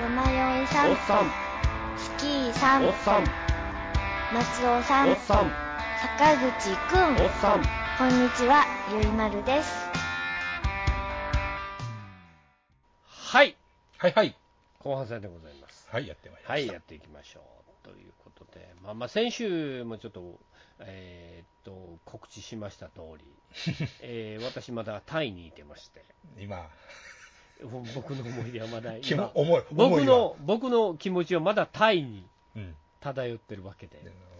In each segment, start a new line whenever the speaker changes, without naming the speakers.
さん
さん
スキーさん
おっさん
松尾さ
お
ん
っさん
坂口くん
おっさん
こんにちはゆいまるです
はい
はいはい。
後半戦でございます
はい、やってまいりま
はい
した。
やっていきましょうということでまあまあ先週もちょっとえーっと告知しました通 り、えー私まだタイにいてまして
今、
僕の思い出はまだ
気
今
も重い。重
僕
いわ
の僕の気持ちはまだタイに
うん
漂ってるわけで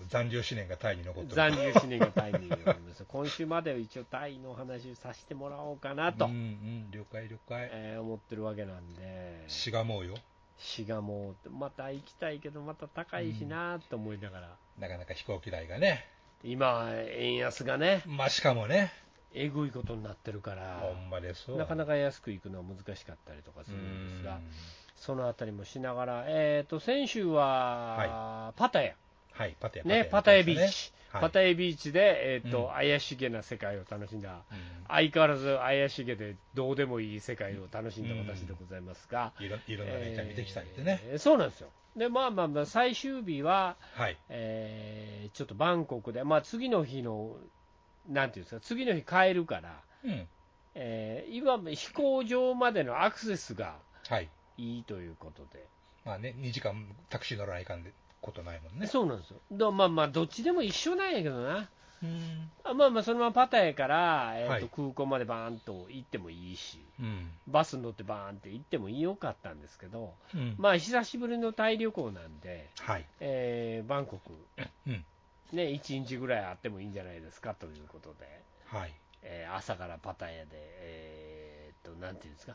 残留思念がタイに残ってる。
残留思念がタイにいるんです今週までは一応タイのお話をさせてもらおうかなと、
うんうん、了解了解。
えー思ってるわけなんで
しがもうよ。
滋賀もまた行きたいけどまた高いしなと思いながら、
なかなか飛行機代がね。
今円安がね
まあ、しかもね、
えぐいことになってるから
ほんまですわ。
なかな
か
か安く行くのは難しかったりとかす
う
るんですが
ん。
そのあたりもしながら、えー、と先週は、パタヤ
はい、パタヤ。
ね、パタヤビーチ、
はい
パタヤビーチで、えーと
うん
怪しげな世界を楽しんだ、
うん
相変わらず怪しげでどうでもいい世界を楽しんだ私でございますが、
いろいろんなネタ見てきたりで
え
ね。
ーえーそうなんですよ、でまあまあまあ、最終日は、
はい。
えーちょっとバンコクで、まあ、次の日の、なんていうんですか、次の日帰るから、
うん。
えー今、飛行場までのアクセスが
はい。
いいということで、
まあね、2時間タクシー乗らないかんでことないもんね。
そうなんですよ、だまあまあ、どっちでも一緒なんやけどな。
うん。
あまあまあそのままパタヤから、えーと
はい
空港までバーンと行ってもいいし、
うん。
バスに乗ってバーンって行ってもよかったんですけど、
うん。
まあ久しぶりのタイ旅行なんで、
はい。
えーバンコク、
うん。
ね、1日ぐらいあってもいいんじゃないですかということで、
はい。
えー朝からパタヤで、えーっと、なんていうんですか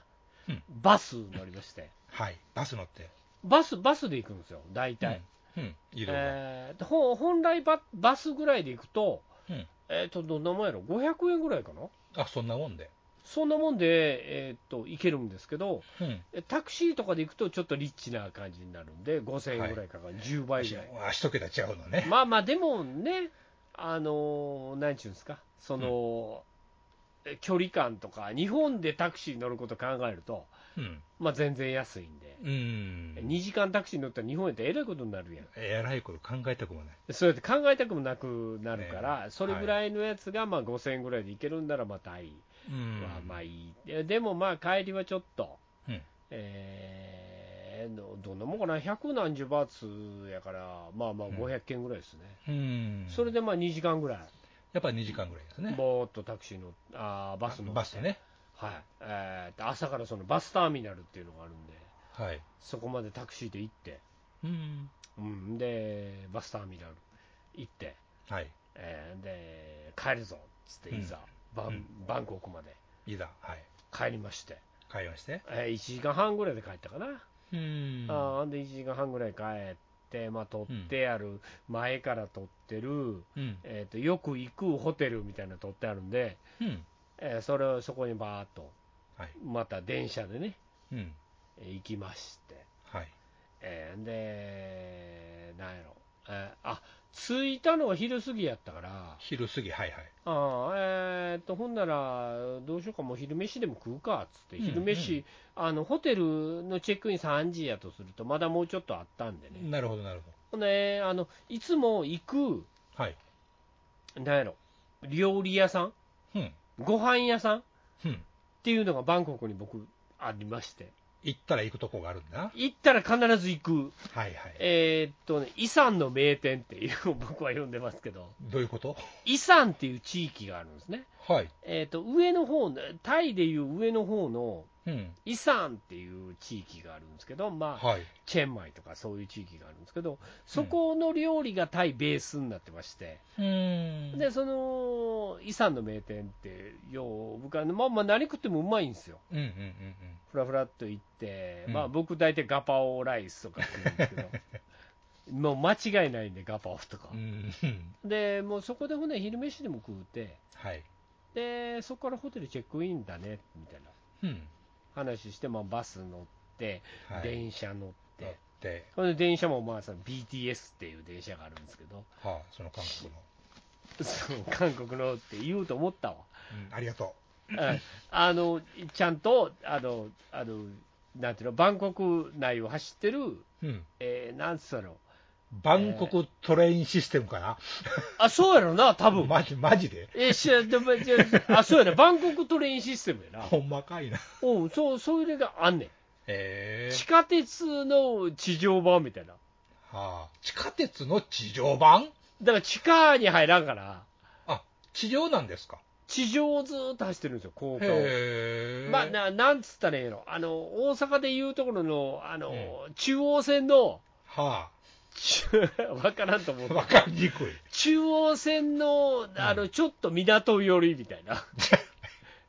うん、
バス乗りまして、
はい。バス乗って。
バス、バスで行くんですよ、大体。
うん。うん。いろいろ。
えーとほ本来バ、バスぐらいで行くと、
うん。
えーっと、どんなもんやろ、500円ぐらいかな。
あ、そんなもんで。
そんなもんで、えーっと行けるんですけど、
うん。
えタクシーとかで行くとちょっとリッチな感じになるんで、5000円ぐらいかかる、10倍ぐらい。
あ、一桁違うのね。
まあまあ、でもね、あのーなんちゅうんですか、その、え距離感とか、日本でタクシー乗ること考えると、
うん。
まあ、全然安いんで、
うん。
2時間タクシー乗ったら日本やったらえらいことになるやん。
えらいこと考えたくもない。
そうやって考えたくもなくなるから、
ね
それぐらいのやつがまあ5000円ぐらいで行けるんならまたいい。
うん
はまあいい、ででもまあ帰りはちょっと、
うん
えーどどんなもんかな、100何十バーツやから、まあまあ
うん
500件ぐらいですね、
うん。
それ
で。
でまあ2時間ぐら
やっぱ2時間ぐらいです
い、
ね。
ぼーっとタクシーの、あーバスの、
バスね。
はいえーと朝からそのバスターミナルっていうのがあるんで、
はい。
そこまでタクシーで行って、
うん。
うん、でバスターミナル行って、
はい。
えーで帰るぞっつって、いざ、バ
う
ン
ん
バンコクまで
いざ。はい。
帰りまして、
会話して。
え1時間半ぐらいで帰ったかな。
うん
あーほんで1時間半ぐらい帰って、まあ、撮ってある、前から撮ってる、
うん。
えーと、よく行くホテルみたいなの撮ってあるんで、
うん。
えーそれをそこにバーっと、
はい
また電車でね、
うん。
えー行きまして、
はい。
えーで、なんやろ、えーあ着いたのは昼過ぎやったから、
昼過ぎ、はいはい。
あーえーとほんなら、どうしようか、もう昼飯でも食うかっつって、
うん
昼飯、
うん
あの、ホテルのチェックイン3時やとすると、まだもうちょっとあったんでね。
なるほど、なるほ
ね、あのいつも行く、
ど。はい。
なんやろ、料理屋さん、
うん。
ご飯屋さんっ
うん。
ていうのがバンコクに僕、ありまして、
行ったら行くとこがあるんだ。
行ったら必ず行く、
はいはい。
えーっとね、イサンの名店っていう僕は呼んでますけど、
どういうこと
イサンっていう地域があるんですね、
はい。
えーっと上の方の、タイでいう上の方の
うん。
イサンっていう地域があるんですけど、まあ、
はい。
チェンマイとかそういう地域があるんですけど、そこの料理がタイベースになってまして。
うん
で、その、イサンの名店って、よう、僕は、まあまあ、何食ってもうまいんですよ。
うんうんうんうん。
ふらふらっと行って、
うん
まあ、僕大体ガパオライスとか食うんですけど、 もう間違いないんで、ガパオとか
う。ん
で、もうそこでほんで昼飯でも食うて、
はい。
で、そこからホテルチェックインだね、みたいな
うん。
話して、まあ、バス乗って、
はい。
電車乗って、
乗って、
それで電車もまあさ、BTS っていう電車があるんですけど、
はあ、その韓国の。
そう韓国のって言うと思ったわ。
うん、ありがと
うんあのちゃんとあのあのなんていうの、バンコク内を走ってる、
うん。
えー、なんつったの、
バンコクトレインシステムかな、
あ、そうやろな、多分
マジマジで
えー、しゃでもじゃ あ、そうやな、バンコクトレインシステムやな。
ほんまかいな。
うん、そう、そういうのがあんねん。
え
地下鉄の地上版みたいな。
ーはあ、地下鉄の地上版
だから地下に入らんから、
あ、地上なんですか。
地上をずーっと走ってるんですよ、高架を。
へえ。
まあ、ななんつったらええの、あの大阪でいうところのあの、中央線の、
は
分からんと思う
あ、わかりにくい。
中央線のあの、ちょっと港寄りみたい な、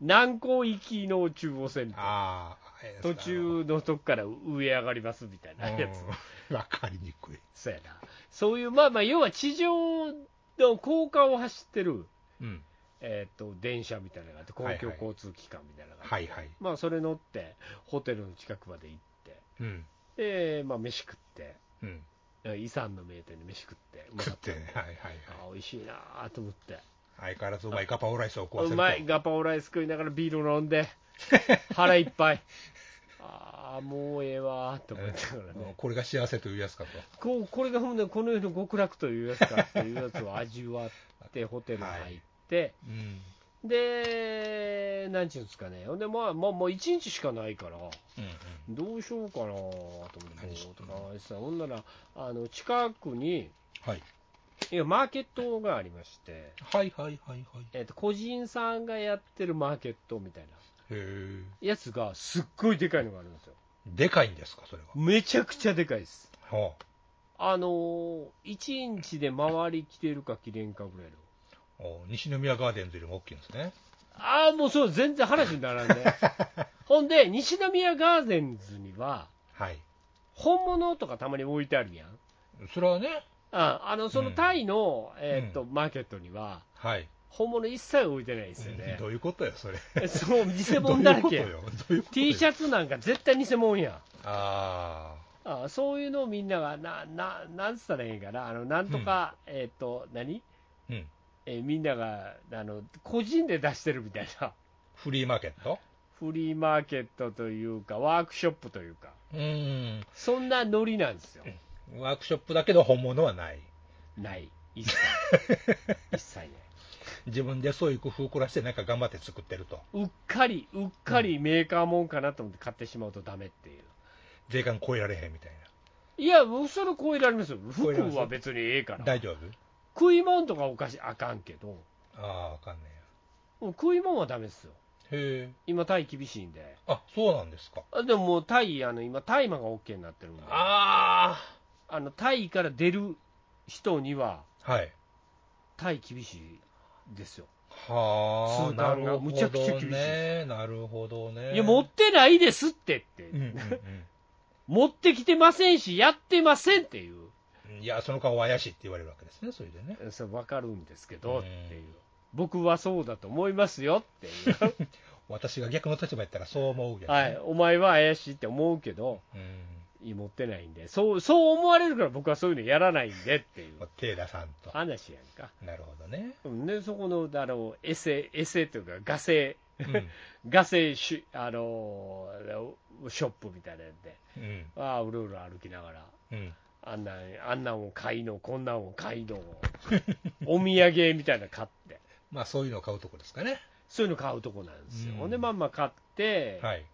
南港行きの中央線って
ああ、え
途
ー
中のとこから上上がりますみたいなやつ、
うんわかりにくい。
そうやな、そういう、まあまあ、要は地上の高架を走ってる、
うん。
えー、と電車みたいなのがあって、公
はいはい
共交通機関みたいなのがあって、
はいはい。
まあ、それ乗って、ホテルの近くまで行って。
うん。
で、まあ、飯食って、
うん。
イさんの名店で飯食って、うまか
食
っ
ったてね。はいはいはい。
あ美味しいなと思って、
相変わらずうまいガパオライスを食わせる
う
と。
まい、ガパオライス食いながらビール飲ん で、腹いっぱい、ああ、もうええわと思ってから
うん
ね、
これが幸せというやつかと。
こうこれがほんで、この世の極楽というやつかっていうやつを味わって、ホテルに入って、
うん。
で、なんちゅうんですかね、ほんで、まあ、まあ、もう1日しかないから。
うん
どうしようかなと思って、
何し
とか考えてたほんなら、あの近くに、
はい。
いや、マーケットがありまして、
はいはいはいはい。
えっと個人さんがやってるマーケットみたいな
へえ。
やつが、すっごいでかいのがあるんですよ。
でかいんですか、それは。
めちゃくちゃでかいです。
は
あのー、1日で回りきてるか切れんかぐらいの。
あ、お西宮ガーデンズよりも大きいんですね。
ああ、もうそう、全然話にならん ね。ほんで、西宮ガーデンズには、
はい。
本物とかたまに置いてあるやん。
それはね、
ああの、そのタイの、えっと、
う
マーケットには、
はい。
本物一切置いてないですよね
ど。ういうことよ、それ。
そう、偽物だらけや
どういうことよ。どういうことよ
T シャツなんか絶対偽物や。
あ
あそういうのをみんなが、な、な、なんつったらええんかな。あの、なんとか、えっ、と、何
あ、うん。
えーみんなが、あの、個人で出してるみたいな。
フリーマーケット
フリーマーケットというか、ワークショップというか、
うーん。
そんなノリなんですよ。
ワークショップだけど本物はない。
ない。一 切。一切ない。
自分でそういう工夫を凝らしてなんか頑張って作ってると。
うっかり、うっかりメーカーもんかなと思って買ってしまうとダメっていう。
税関超えられへんみたい
いや、それ超えられますよ。服
超えられます
は別にええか
な。
ら。
大丈夫
食い物とかお菓子あかんけど、
ああ、わかんね
もう食い物はダメですよ。
えや。へえ。
今、タイ厳しいんで。
あ、そうなんですか。
あでももうタイ、あの今、大麻が OK になってるんで、あ
あ
のタイから出る人には、
あ。はい。
タイ厳しいですよ。
はあ、
通関が
なるほど
むちゃくちゃ厳しい
ね。なるほどね。
いや、持ってないですってって、
うんうん
持ってきてませんし、やってませんっていう、
うん。いや、その顔は怪しいって言われるわけですね、それでね。
それ分かるんですけど
う
っ
ん
ていう、僕はそうだと思いますよって いう、
私が逆の立場やったらそう思うやつね
はい、お前は怪しいって思うけど、
うん。
いや持ってないんで、そうそう思われるから、僕はそういうのやらないんでっていう。
手出さんと。
話やんか。
なるほど ね。
うんで、そこの、あの、エセ、エセというか、ガセ、
うん。
ガセし、あの、ショップみたいなやつで、
うん。
ああ、うろうろ歩きながら、
うん。
あんなん、あんなんを買いの、こんなんを買いの、お土産みたいなの買って、
まあ、そういうのを買うとこですかね。
そういうの買うとこなんですよ。
うん
ほんで、まあまあ買って、
はい。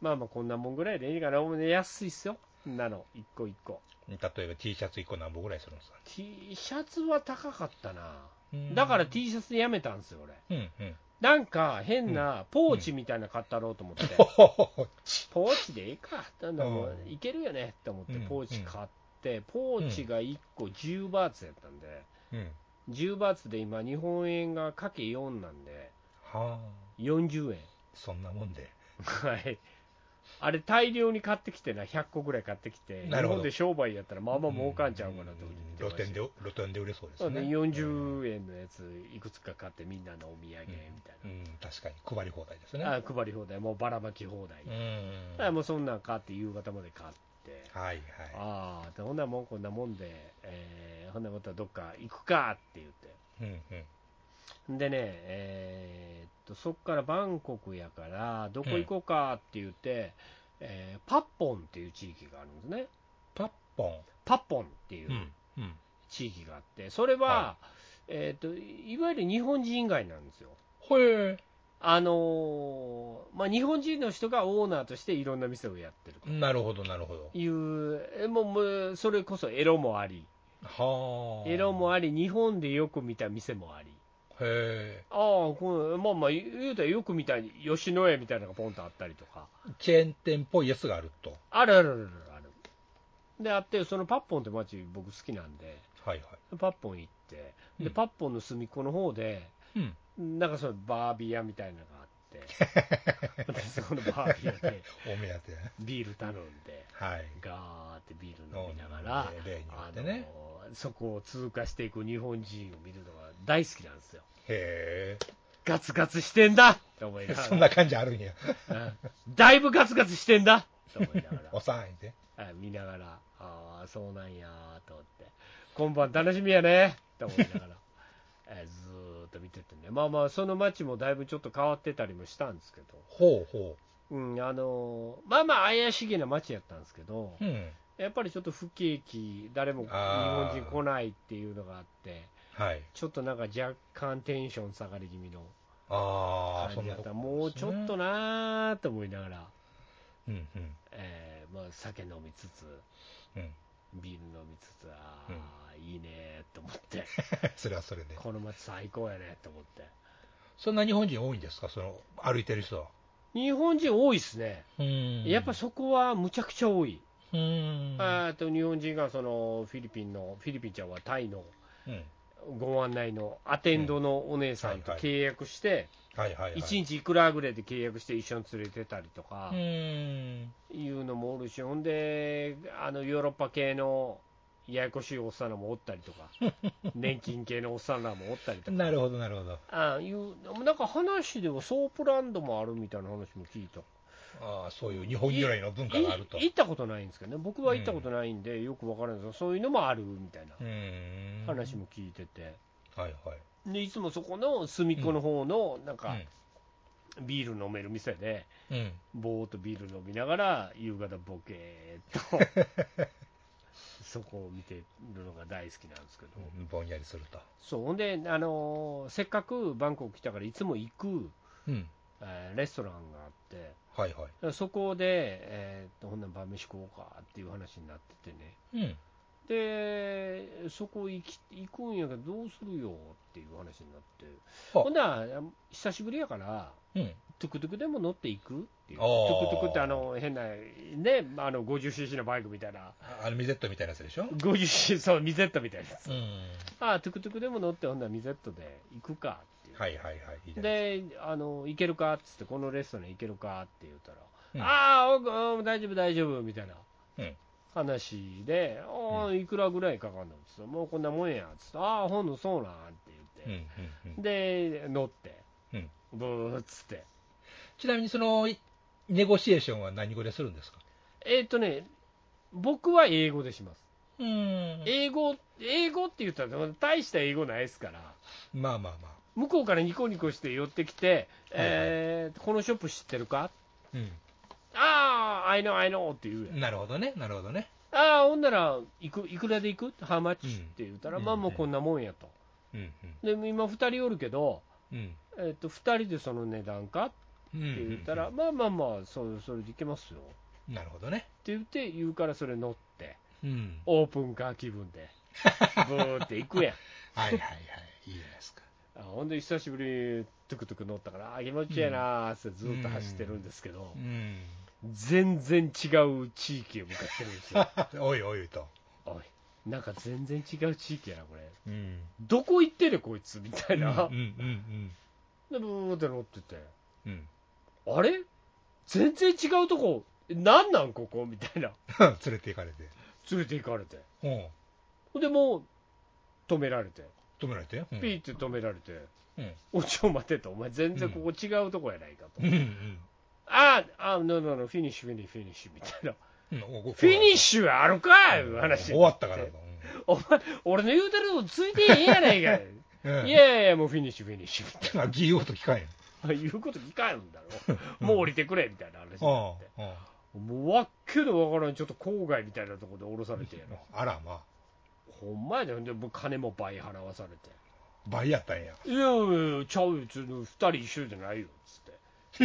まあまあこんなもんぐらいでいいかな、お前安いっすよ。こんなの、一個一個。
例えば T シャツ1個何本ぐらいするんですか
T シャツは高かったな。
うん
だから T シャツやめたんですよ、俺。
うんうん。
なんか変なポーチみたいなの買ったろうと思って、
ほほほほ
ポーチでいいか、なんだも
う
うんいけるよねって思って
うん、
ポーチ買って、ポーチが1個10バーツやったんで、
うん。は
10バーツで今、日本円がかけ4なんで、
あ。
40円、
そんなもんで。
はい、あれ、大量に買ってきてな、100個ぐらい買ってきて、日
なるほ
本
ど
で商売やったら、まあまあ儲かんちゃうかなと思
うん
って見
露
てま
店
し
で
た、
露店で売れそうです
そうね
ね。
40円のやつ、いくつか買って、みんなのお土産みたい
うん、確かに配り放題ですね。
な、あ配り放題、もうばらまき放題
う。ん。
あもうそんなん買って夕方まで買って、
はいはい。
ああ、でほんならもうこんなもんで、えーほんならまたどっか行くかって言っ
うんうん。
て、でね、えーっとそっからバンコクやから、どこ行こうかって言って、えーパッポンっていう地域があるんですね。
パッポン。。
パッポンっていううん
うん。
地域があって、それは、
はい
えー、といわゆる日本人街なんですよ。
ほえ。
あのーまあ、日本人の人がオーナーとしていろんな店をやってると
なるほど、なるほど。
いう、えもうもうそれこそエロもあり、
はあ。
エロも
あ
あり、日本でよく見た店もあり、
へ
ああ、このまあまあ、言うたらよく見た吉野家みたいなのがポンとあったりとか、
え。チェーン店っぽいやつがあると。
あるあるあるある。で、あって、そのパッポンって街、僕好きなんで、
はいは
パッポン行って、
う
で
ん
パッポンの隅っこの方で、
い。うん。
なんかそのバービー屋みたいなのがあ って、でそこのバービー屋で
お目当て。
ビール頼んで、
はい。
ガーってビール飲みながら、
飲んで例によ
あ
って
の
ね。
そこを通過していく日本人を見るのが大好きなんですよ。
へ
ガツガツしてんだって思い
え。
ながら
そんな感じあるんや。
うんだいぶガツガツしてんだと思いなが
おさんいて。
ら、 はい見ながら、ああ、そうなんやーと思って、今晩楽しみやねと思いながら、 えーずーっと見ててね、まあまあ、その街もだいぶちょっと変わってたりもしたんですけど、
ほうほ
うん、あのーまあまあ、怪しげな街やったんですけど、
う。うん。
やっぱりちょっと不景気、誰も日
あ
本
ー
人来ないっていうのがあって、
はい。
ちょっとなんか若干テンション下がり気味の
ああ、そ
感
ん
じだ
な
った、
とこ
もうちょっと
ね。
なーと思いながら。
うんうん。
えーまあ、酒飲みつつ、
うん。
ビール飲みつつ、ああ、いいねと思って、
それはそれで。
この街最高やねと思って、
そんな日本人多いんですかその、歩いてる人は。
日本人多いですね、
うん
やっぱ
そ
そこはむちゃくちゃ多い、
うん。
あーと日本人がそのフィリピンの、フィリピンちゃんはタイの
うん。
ご案内のアテンドのお姉さんと
はいはい
契約して、
はいはいはい。
1日いくらぐらいで契約して、一緒に連れてたりとか
う。ーん。
いうのもおるし、ほんで、あのヨーロッパ系のややこしいおっさんらもおったりとか、年金系のおっさんらもおったりとか、
なるほど、なるほど。
ああいうなんか話ではソープランドもあるみたいな話も聞いた、
ああ、そういう日本由来の文化があると。
い行ったことないんですけどね、僕は行ったことないんで、よく分からないですけど、そういうのもあるみたいな
うーん。
話。も聞いてて、
はいはい。
でいつもそこの隅っこの方の、なん
う
か、ビール飲める店で、
ん。うん。
ぼーっとビール飲みながら、夕方ボケーっと、そこを見てるのが大好きなんですけど、
ぼんやりすると。
そう、ほんで、あのーせっかくバンコク来たから、いつも行く、
うん。
えーレストランがあって、だか
はいは
らそこで、えーっと、ほんなら晩飯食おうかっていう話になっててね。
い。うん。
で、そこ行き行くんやけど、どうするよっていう話になって、
あ
ほんなら、久しぶりやから、
うん。
トゥクトゥクでも乗っていくっていう、
あ
ト
ー
ゥクトゥクってあの変な、ね、あの 50cc のバイクみたいな、
あの、ミゼットみたいなやつでしょ
50cc、そう、ミゼットみたいなやつ、
うん。
ああ、トゥクトゥクでも乗って、ほんならミゼットで行くかっていう、
はいはいはい。いいじゃない
であの、行けるかっつって、このレストラン行けるかって言ったら、
うん
ああ、奥うん大丈夫、大丈夫みたいな。
うん
話で、ああ、いくらぐらいかかんのっつって、もうこんなもんやっつって、ああ、ほんのそうなんって言って、
うんうんうん。
で、乗って、
うん
ブーっつって、
ちなみに、その、いネゴシエーションは何語でするんですか
えーっ、とね、僕は英語でします。
うん
英語、英語って言ったら、大した英語ないですから、
まあまあまあ。
向こうからニコニコして寄ってきて、えーこのショップ知ってるか
う
ああ、I know, I know って言うやん。
ん。なるほどね、なるほどね。
ああ、ほんなら、いくいくらで行く ?How much?、
うん
って言ったら、
うん
まあもうこんなもんやと。
うん
で、今2人おるけど、
うん。
えーっと2人でその値段か
うん。
って言ったら、、まあまあまあそう、それでいけますよ。
なるほどね。
って言って、言うからそれ乗って、
うん。
オープンカー気分 で、ブーって行くやん。
はいはいはい。いいじゃないですか。
あほんで久しぶりにトゥクトゥク乗ったから、あ気持ちいいなーってずっと走ってるんですけど、
うん。
全然違う地域へ向かってるん ですよ。
おいおいと。
おい、なんか全然違う地域やな、これ。
うん。
どこ行ってるこいつみた
う
い
んうん
な。
うん
で、ブーって乗ってて、
うん。うん。
あれ全然違うとこ、なんなんここみたいな。
連れて行かれて。
連れて行かれて。
うん。
ほんで、もう、止められて。
止められて。うん
ピーって止められて。
うん。
おちょ待てと、お前全然ここ違うとこやないかと。
うんうん。
ああ、あののの、フィニッシュ、フィニッシュ、フィニッシュみたいな。
うんフ
フィニッシュがあるかいう話。
終わったからと。
お前、俺の言うてるのついてへんやないかい。
うんうん
いやいやいや、もうフィニッシュ、フィニッシュ みたい
あ、ギーオート聞かんよ。
な。言うこと聞かんだろ。もう降りてくれみたいな話になって。
うん。
もうわっけのわからん、ちょっと郊外みたいなところで降ろされて、
あらまあ、
ほんまやで、でもう金も倍払わされて、
倍やったんや。
いやいや、ちゃうよ、ちょっと二人一緒じゃないよ、つ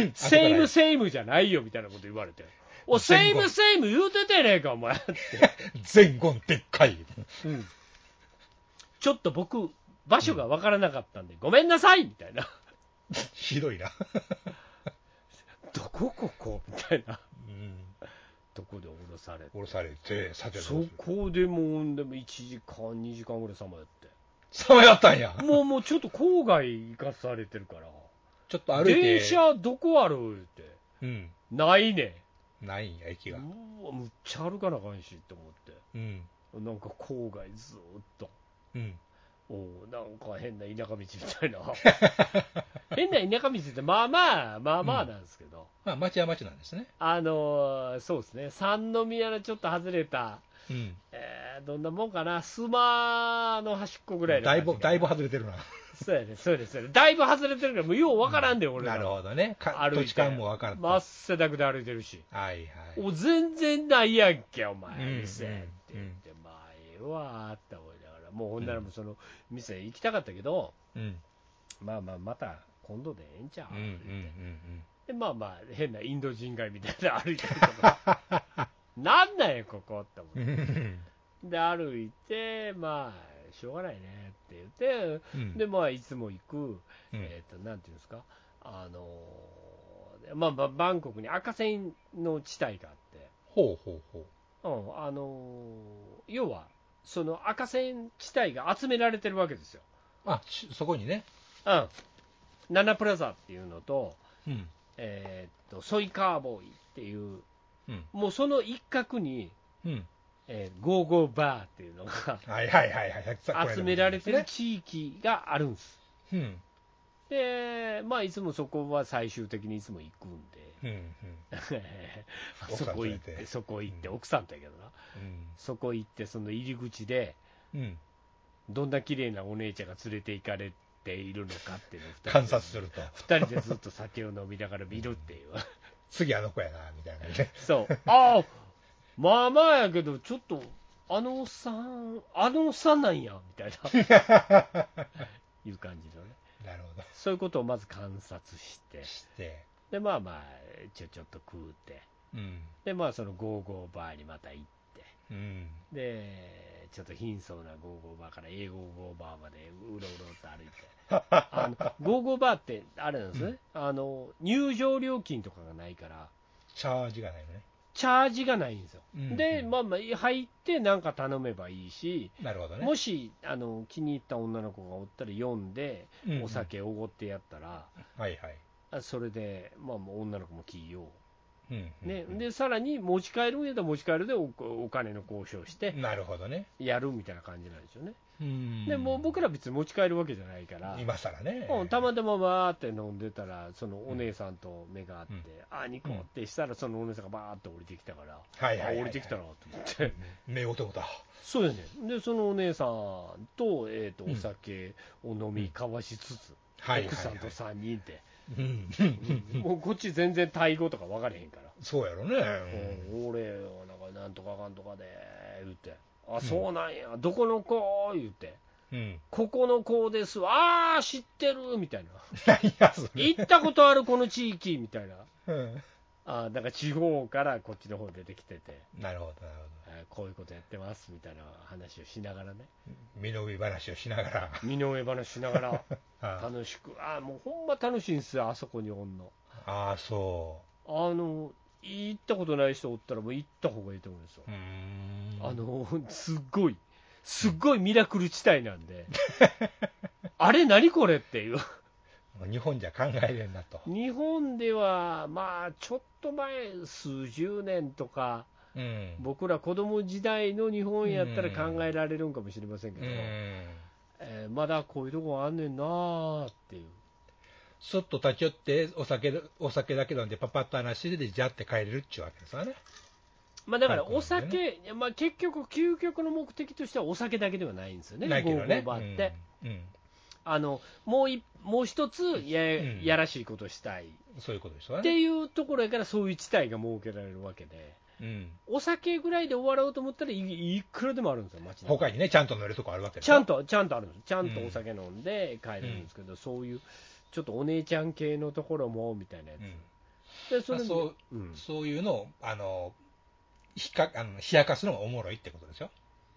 って。セ
セ
イムセイムじゃないよみたいなこと言われて、おセイムセイム言うててねえか、お前、
前後にでっかい。
ちょっと僕、場所が分からなかったんで、ごめんなさいみたいな、
ひどいな。
どこここみたいな
うん。
とこで降ろされて、
降ろされて、さてどう
そ
する。
こでもう、でも1時間、2時間ぐらいさまよっ
さまやったんや。
て、もうもうちょっと郊外行かされてるから、
ちょっと歩いて。
電車どこあるって、
うん。
ないね
ないんや、駅
ん、
が。
うわ、むっちゃ歩かなあかんしと思って、
うん。
なんか郊外ずーっと。
うん。
おうなんか変な田舎道みたい な変な田舎道ってまあまあまあまあなんですけど、
まあ、町は町なんですね。
あのーそうですね三宮のちょっと外れた、
うん。
えーどんなもんかな須磨の端っこぐらいの
だ
感
い
じ
ぶ、だいぶ外れてるな。
そうやねそうですねだいぶ外れてるからもうようわからんで、俺ら
なるほどね。か
歩
土
い
地
て
勘も分からんと。
真っせだくで歩いてるし
はいはい。
お全然ないやんけお前、
うん
店って言って、まあええわーって思いながらもうほんならもうその店行きたかったけど、
うん。
まあまあまた今度でええんちゃ
う
う、
んうんうん
でまあまあ変なインド人街みたいなの歩いてると かなんなんやここって思
う
っ
ん うん。
てで歩いてまあしょうがないねって言って
うん
でまあいつも行く、
うん
えっ、となんていうんですかあのーまあまあバンコクに赤線の地帯があって、
ほうほうほう。
うんあのー要はその赤線地帯が集められてるわけですよ、
あ、しそこにね。
うん、ナナプラザっていうのと、
うん。
えーっとソイカーボーイっていう、
うん
もうその一角に、
うん。
えーゴーゴーバーって いうのが
はいはいはいはい。さこの間も
集められてる地域があるんです。
うん。
で、まあ、いつもそこは最終的にいつも行くん
うん。うん。
で、
奥
そ
さん
こ
連
行
れ
ってて、そこ行って、
うん
奥さんだけどな、そこ行って、その入り口で、
うん。うん。
どんな綺麗なお姉ちゃんが連れて行かれているのかっていうのを二人で
観察すると。
二人でずっと酒を飲みながら見るって いう。
次あの子やな、みたいな ね。
そう。ああ、まあまあやけど、ちょっと、あのおっさん、あのおっさんなんや、みたいな、 いう感じのね。
なるほど。
そういうことをまず観察して、
して。
で、まあまあ、ちょちょっと食うて、
うん。
で、まあそのゴーゴーバーにまた行って、
うん。
で、ちょっと貧相なゴーゴーバーから英語ゴーバーまでうろうろって歩いて。あ のゴーゴーバーってあれなんですね、あの入場料金とかがないから、
チャージがないのね。
チャージがないんですよ、
うん
で、
うん
まあまあ、入ってなんか頼めばいいし、
なるほどね。
もしあの気に入った女の子がおったら読んで、
うん
お。酒おごってやったら、
はいはい。
あそれで、まあ、もう女の子も起用、
うん。
ねで、さらに持ち帰るんやったら持ち帰るでおお金の交渉して、
なるほどね。
やるみたいな感じなんですよね、
うん
でもう僕ら別に持ち帰るわけじゃないから。
今更ね。
うんたまたまわーって飲んでたら、そのお姉さんと目が合って、
うん
あ、ニコってしたら、そのお姉さんがバーって降りてきたから、
はいはいはいはい
あ降りてきたなと思って、
目をとだ。
そうやねでそのお姉さんと,、えー、と
うん
お酒を飲み交わしつつ、
はいはいはい
奥さんと3人で、
うん。うん
もうこっち全然タイ語とか分かれへんから、
そうやろね。
うん俺なんかなんとかかんとかで言ってあそうなんや、どこの子言って
うん。
ここの子ですわあー知ってるみたいな
何やそれ。
行ったことあるこの地域みたいな
うん
あーなんか地方からこっちの方出てきてて、
なるほど、なるほ
えーこういうことやってますみたいな話をしながらね
ど。身の上話をしながら。
身の上話しなが ら
あ
楽しくあーもうほんま楽しいんですよあそこにおんの
あ、そ
あの行ったことない人おったらもう行った方がいいと思うんですよ
う。うーん。
あ、のすっごいすっごいミラクル地帯なん であれ何これっていう
日本じゃ考えれんなと。
日本ではまあちょっと前数十年とか
うん。
僕ら子供時代の日本やったら考えられるんかもしれませんけ
う
ど、
ん。
えーまだこういうとこあんねんなーっていう
そっと立ち寄って、お酒、お酒だけ飲んで、パパッと話して、で、じゃって帰れるっちゅうわけですわね。
まあ、だから
はい
お酒、いやまあ、結局、究極の目的としてはお酒だけではないんですよね、
ないけどね。
ゴーゴーバーって、
うん。うん
あのもういもう一つや,、
うん
やらしいことしたい
そういうことですわ
って
ね。
いうところやから、そういう地帯が設けられるわけで、
うん。
お酒ぐらいで終わろうと思ったらい、いくらでもあるんですよ、街中
他にね、ちゃんと乗るとこあるわけで
ち
しょ
ゃんと、ちゃんとあるんです、ちゃんとお酒飲んで帰れるんですけど、そういうちょっとお姉ちゃん系のところもみたいなやつ、でそ
うんまあ
れ
そ
も
う
うん
そういうのを、あの、ひか、あの、冷やかすのがおもろいってことでしょ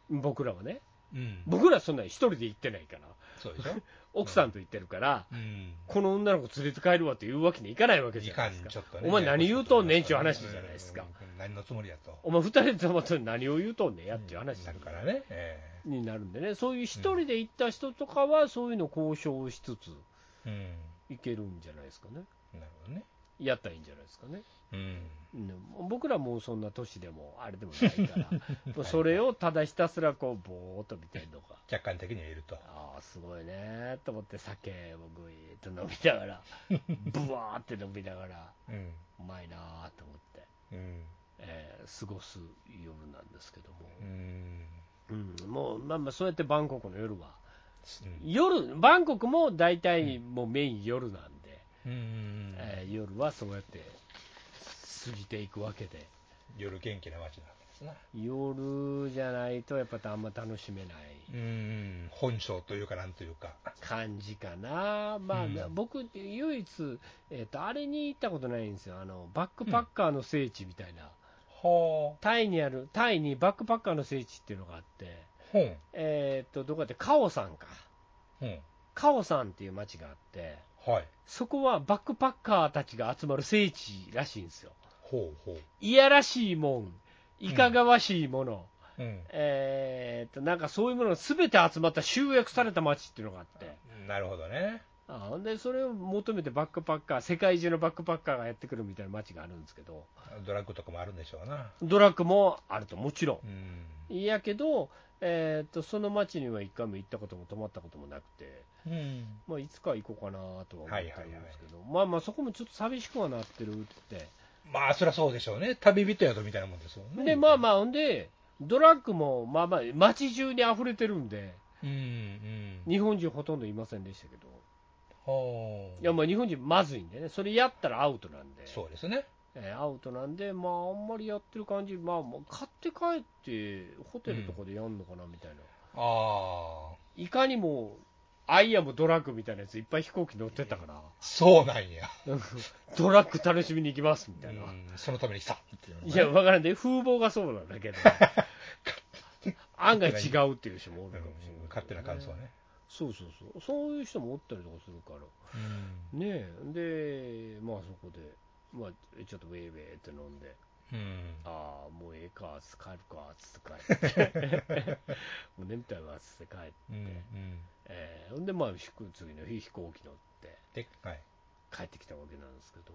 僕らはね、
うん。
僕らはそんなに一人で行ってないから、
そうでしょ
奥さんと行ってるから、
うん。
この女の子連れて帰るわって言うわけにいかないわけじ
い
ゃな
か
いで
ん
すか。
ちょっとね。
お前何言うとんねんちゅう話じゃないですか。
うん。何のつもりやと。
お前二人で黙って何を言うとんねんやっていう話
に
にな
なる
る
か
かららね。
ね。え
になるんでね、そういう一人で行った人とかは、そういうの交渉しつつ、
え
いけるんじゃないですかね。
うん。なるほどね。
やったらいいんじゃないですかね。
うん。
うん僕らもうそんな年でもあれでもないから、もうそれをただひたすらこう、ぼーっと見てるのが、
客観的に言えると。
ああ、すごいねーと思って、酒をぐいっと飲みながら、ぶわーって飲みながら、
うん。
うまいなーと思って。
うん。
えー過ごす夜なんですけども、
うん。
うん、もう、まあまあ、そうやってバンコクの夜は、
うん
夜、バンコクも大体もうメイン夜なんで、
うん。
えー夜はそうやって過ぎていくわけで、
夜元気な街なわけですな。
夜じゃないと、やっぱあんま楽しめない
うん。本性というか、なんというか。
感じかな、まあ、
うん
僕、唯一、えーと、あれに行ったことないんですよ、あのバックパッカーの聖地みたいな、
ほ
タイにある、タイにバックパッカーの聖地っていうのがあって、
う。ほう。
えーと、どこだって、カオさんか。
うん。
カオさんっていう町があって、
はい。
そこはバックパッカーたちが集まる聖地らしいんですよ。
ほうほう。
いやらしいもん、いかがわしいもの、
うん。
えーっと、なんかそういうものが全て集まった集約された町っていうのがあって、
なるほどね。
あほんでそれを求めてバックパッカー、世界中のバックパッカーがやってくるみたいな町があるんですけど、
ドラッグとかもあるんでしょうな。
ドラッグもあると、もちろ
うん。
ん。いやけど、えーっと、その町には一回も行ったことも泊まったこともなくて、
うん。
まあ、いつか行こうかなとは思ってるんですけど、まあまあ、そこもちょっと寂しくはなってるって、
まあ、そりゃそうでしょうね。旅人宿みたいなもんですもんね。
で、まあまあ、ほんで、ドラッグも、まあまあ、街中に溢れてるんで、
うんうん。
日本人ほとんどいませんでしたけど、
ほう。
いや、まあ、日本人まずいんでね、それやったらアウトなんで、
そうですね。
えーアウトなんで、まあ、あんまりやってる感じ、まあ、もう買って帰って、ホテルとかでやんのかなみたいな、
ああ。
いかにも、アイアムドラッグみたいなやつ、いっぱい飛行機乗ってたから、
そうなんや。
ドラッグ楽しみに行きますみたいな。
うんそのためにさ、っていうのがね
いや、わからんで、風貌がそうなんだ けど、案外違うっていう人もおるかもしれない、
うん勝手な感想は。ね。
そうそうそう、そういう人もおったりとかするから、ねえ、で、まあそこで、まあ、ちょっとウェイウェイって飲んで、
うん。
ああ、もうええか、つって帰るか、つって帰って、 もう眠たいわ、つって帰って、
うん。うん。
えーほんで、まあ、ひく次の日、飛行機乗って
で、はい。
帰ってきたわけなんですけど、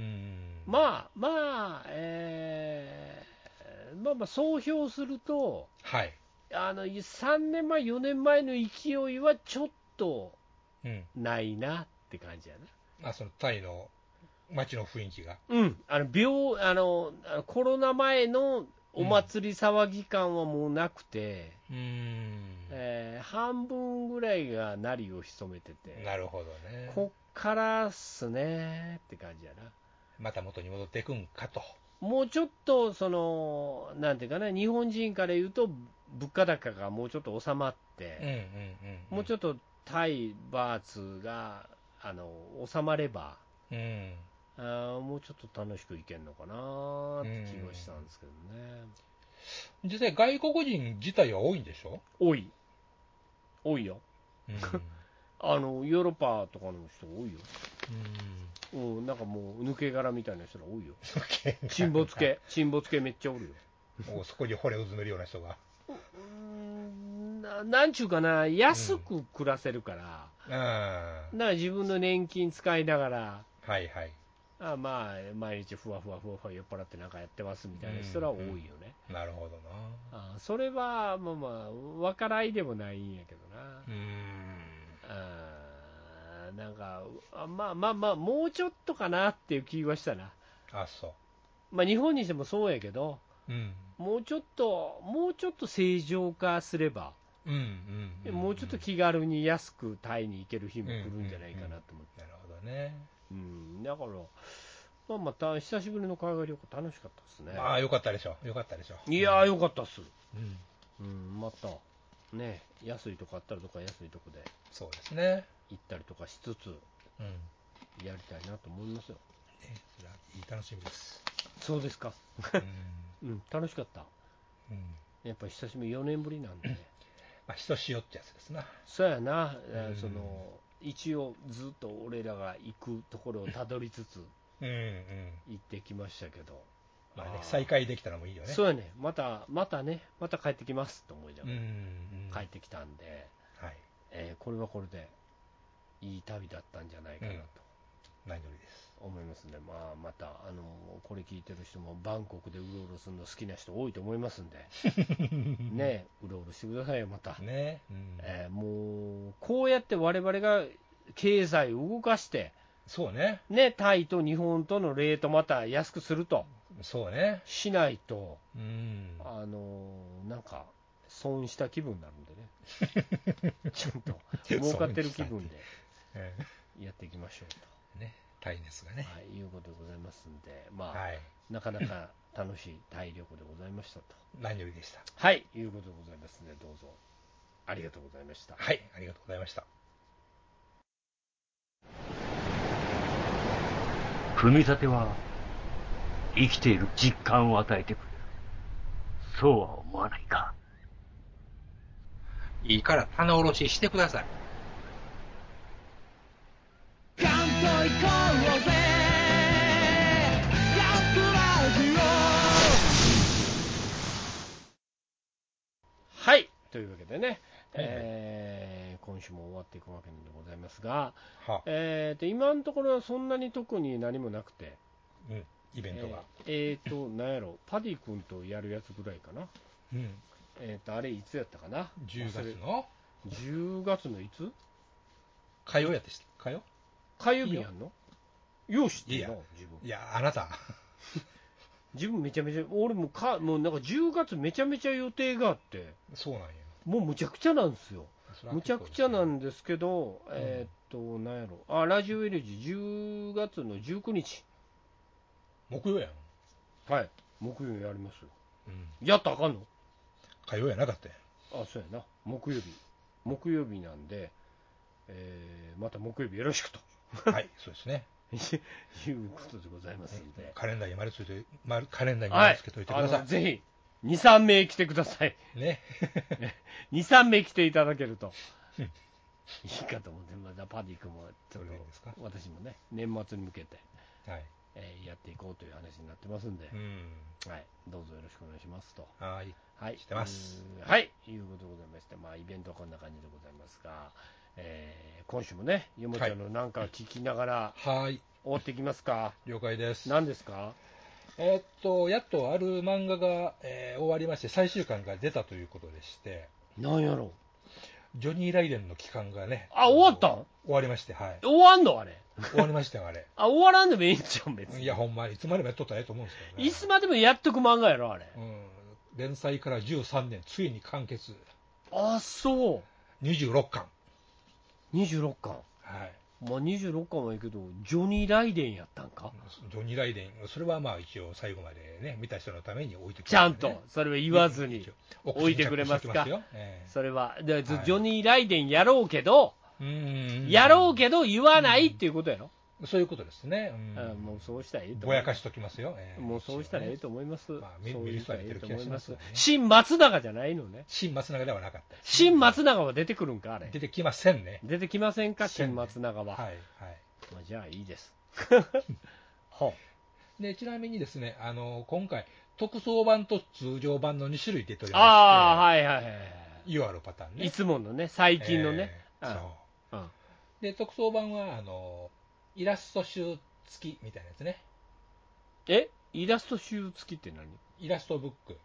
うん。あ。
まあまあ、えーまあまあ、総評すると、
はい。
あの3年前、4年前の勢いはちょっと
うん。
ないなって感じや
あ、そのタイの街の雰囲気が。
な、うん、あの病あのあのコロナ前のお祭り騒ぎ感はもうなくて、
うん
えー半分ぐらいがなりを潜めてて、
なるほどね。
こっからっすねって感じやな。
また元に戻っていくんかと。
もうちょっと、その、なんていうかな、日本人から言うと、物価高がもうちょっと収まって、
うんうんうん。
もうちょっと対バーツがあの収まれば
うん。
あー、もうちょっと楽しくいけるのかなーって気がしたんですけどね。
実際、外国人自体は多いんでしょ、
多い、多いよ。
うん、
あのヨーロッパとかの人多いよ、うん、なんかもう抜け殻みたいな人が多いよ、沈没 系、沈没系めっちゃおるよ、
もうそこに惚れうずめるような人が。
うーんななんちゅうかな、安く暮らせるから、
うん。は
だから自分の年金使いながら、
いはい。
あまあ、毎日ふわふわふわふわ酔っ払ってなんかやってますみたいな人ら多いよね。
なるほどな。
あそれはまあまあ分からいでもないんやけどな、
うん。
あーなんかあまあまあまあもうちょっとかなっていう気はしたな
あ、そ
まあ日本にしてもそうやけど
う。うん。
もうちょっともうちょっと正常化すれば
ううんうんうん
もうちょっと気軽に安くタイに行ける日も来るんじゃないかなと思って、
なるほどね。
うんだから、まあまた久しぶりの海外旅行、楽しかったですね。
ああ、よかったでしょ。よかったでしょ。
いやー、よかったっす、
うん。
うん、またね、安いとこあったらとか、安いとこで
そうですね。
行ったりとかしつつ、
うん。ね、
やりたいなと思いますよ。
それはいい楽しみ です。
そうですか、
うん。
うん、楽しかった、
うん。
やっぱり久しぶり、4年ぶりなんで、ね、
まあ、人しよってやつですな。
そうやな、
う
え
ん
ーその一応、ずっと俺らが行くところをたどりつつ、
うんうん。
行ってきましたけど、
まあ
あ
ね
ー、
再会できたのもいいよね。
そうやね、また、またね、また帰ってきますと思いな
うん
が
う
ら
んうん。
帰ってきたんで、
はい。
えーこれはこれでいい旅だったんじゃないかなと
何よりです。
思いますね、まあ、またあのこれ聞いてる人もバンコクでうろうろするの好きな人多いと思いますんで ねうろうろしてくださいよまた、
ね。うん。
えーもうこうやって我々が経済を動かして
そうね。
ねタイと日本とのレートまた安くすると
そうね。
しないと
うん。
あのなんか損した気分になるんで ねちゃんと儲かってる気分で
え
やっていきましょうと。
ーね。タイですがね。
はい、いうことでございますんで、まあ、
はい。
なかなか楽しい体力でございましたと。
何よりでした。
はい、いうことでございますんで、どうぞありがとうございました。
はい。ありがとうございました。
組み立ては生きている実感を与えてくれる。そうは思わないか。
いいから棚卸ししてください。
はい、というわけでね、
はいはい
えー今週も終わっていくわけでございますが、
は。
えーと今のところはそんなに特に何もなくて、
うん。イベントが。
えー、えーと、なんやろ、パディ君とやるやつぐらいかな。
うん。
えー、とあれいつやったかな
10
忘れ
月の
10月のいつ
火曜やってし、火曜
火曜日やんのよう知ってる
い
な
や
自分
いや、あなた。
自分めちゃめちゃ俺もかもうなんか10月めちゃめちゃ予定があって
そうなんや。
もうむちゃくちゃなんですよ
それは
む
結
ちゃ
構
くちゃなん
で
ですけど、えーっとなんやろあラジオエレジ10月の19日
すね。木曜やん。
はい木曜やりますよ
うん。
やったらあかんの
火曜やなかったやん。
あそうやな木曜日木曜日なんで、えーまた木曜日よろしくと
はい、そうですね。
いうことでございますんで、
カレンダーに丸ついて、丸カレンダーに
は
丸
い
つけといてく
あ
ださい。
のぜひ23名来てください
ね。
23名来ていただけるといいかと思ってまたパディ君もちょっ
それでいいですか
と私もね年末に向けて、
はい。
えーやっていこうという話になってますんで
う、ん。
はい、どうぞよろしくお願いしますと。
はい。
はい、
してます
うーはい、いうことでございまして、まあ、イベントはこんな感じでございますが、えー今週もね、ゆもちゃんのなんか聞きなが ら、
はい。
追っていきますか、
了解です。
何ですか、
えーっと、やっとある漫画が、えー終わりまして、最終巻が出たということでして、
なんやろ
ジョニー・ライデンの期間がね。
あ終わったん
終わりまして、はい。
終わんの、あれ、
終わりました よ、あれ。
あ終わらんでもいいんちゃうん、別
い
に、
や、ほんま、いつまでもやっとったらええと思うんですけどね。
いつまでもやっとく漫画やろ、あれ、
うん。連載から13年、ついに完結。
あそう、
26巻。
26巻。
はい。
まあ、26巻はいいけど、ジョニー・ライデンやったんか、
ジョニー・ライデン、それはまあ一応最後までね、見た人のために置いてくれ
ちゃんと、それは言わずに、置いてくれますかそれは、でずジョニー・ライデンやろうけど、やろうけど言わないっていうことやろ、
ど。そういうことですね。うん
うんもうそうしたらいいと
ぼ
思い
や
ま
か
す。
しときますよ。ええ
もうそうしたらいいと思います。
まあ見
そうしたらいいと思います
見る人は見てる気がしますよね。
新松永じゃないのね。
新松永ではなかったです
新松永は出てくるんか、あれ
出。てきませんね。
出てきませんか、新松永は。
はい。はい。
まあ、じゃあいいです。は
で、ちなみにですね、あの、今回、特装版と通常版の2種類出ており
あ、
まして、
ああ、はいはいはい。
いわゆるパターンね。
いつものね、最近のね。
え
う
え
ん
そ
う
う。
ん
で、特装版は、あの、イラスト集付きみたいなやつね。
えイラスト集付きって何
イラストブック。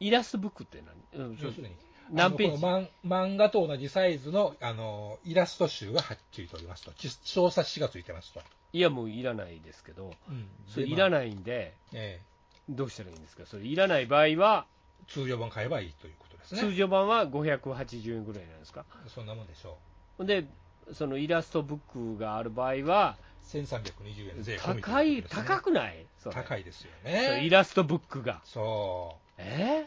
イラストブックって何、うん、そ
要
う
するに、
何ペー
あの
ジ
この漫漫画と同じサイズの、あの、イラスト集がはっきりとおりますと。ち小冊子が付いてますと。
いやもういらないですけど
うん
それいら
い。
ないんで
え
どうしたらいいんですかそれいらない場合は
え通常版買えばいいということです
通
ね。
常版は580円ぐらいなんですか
そんなもんでしょ
でそのイラストブックがある場合は
う。1320円税込みと
高い、
うことですね
高くないそれ
高いですよ
そうイ
ね。
ラストブックが
そ
え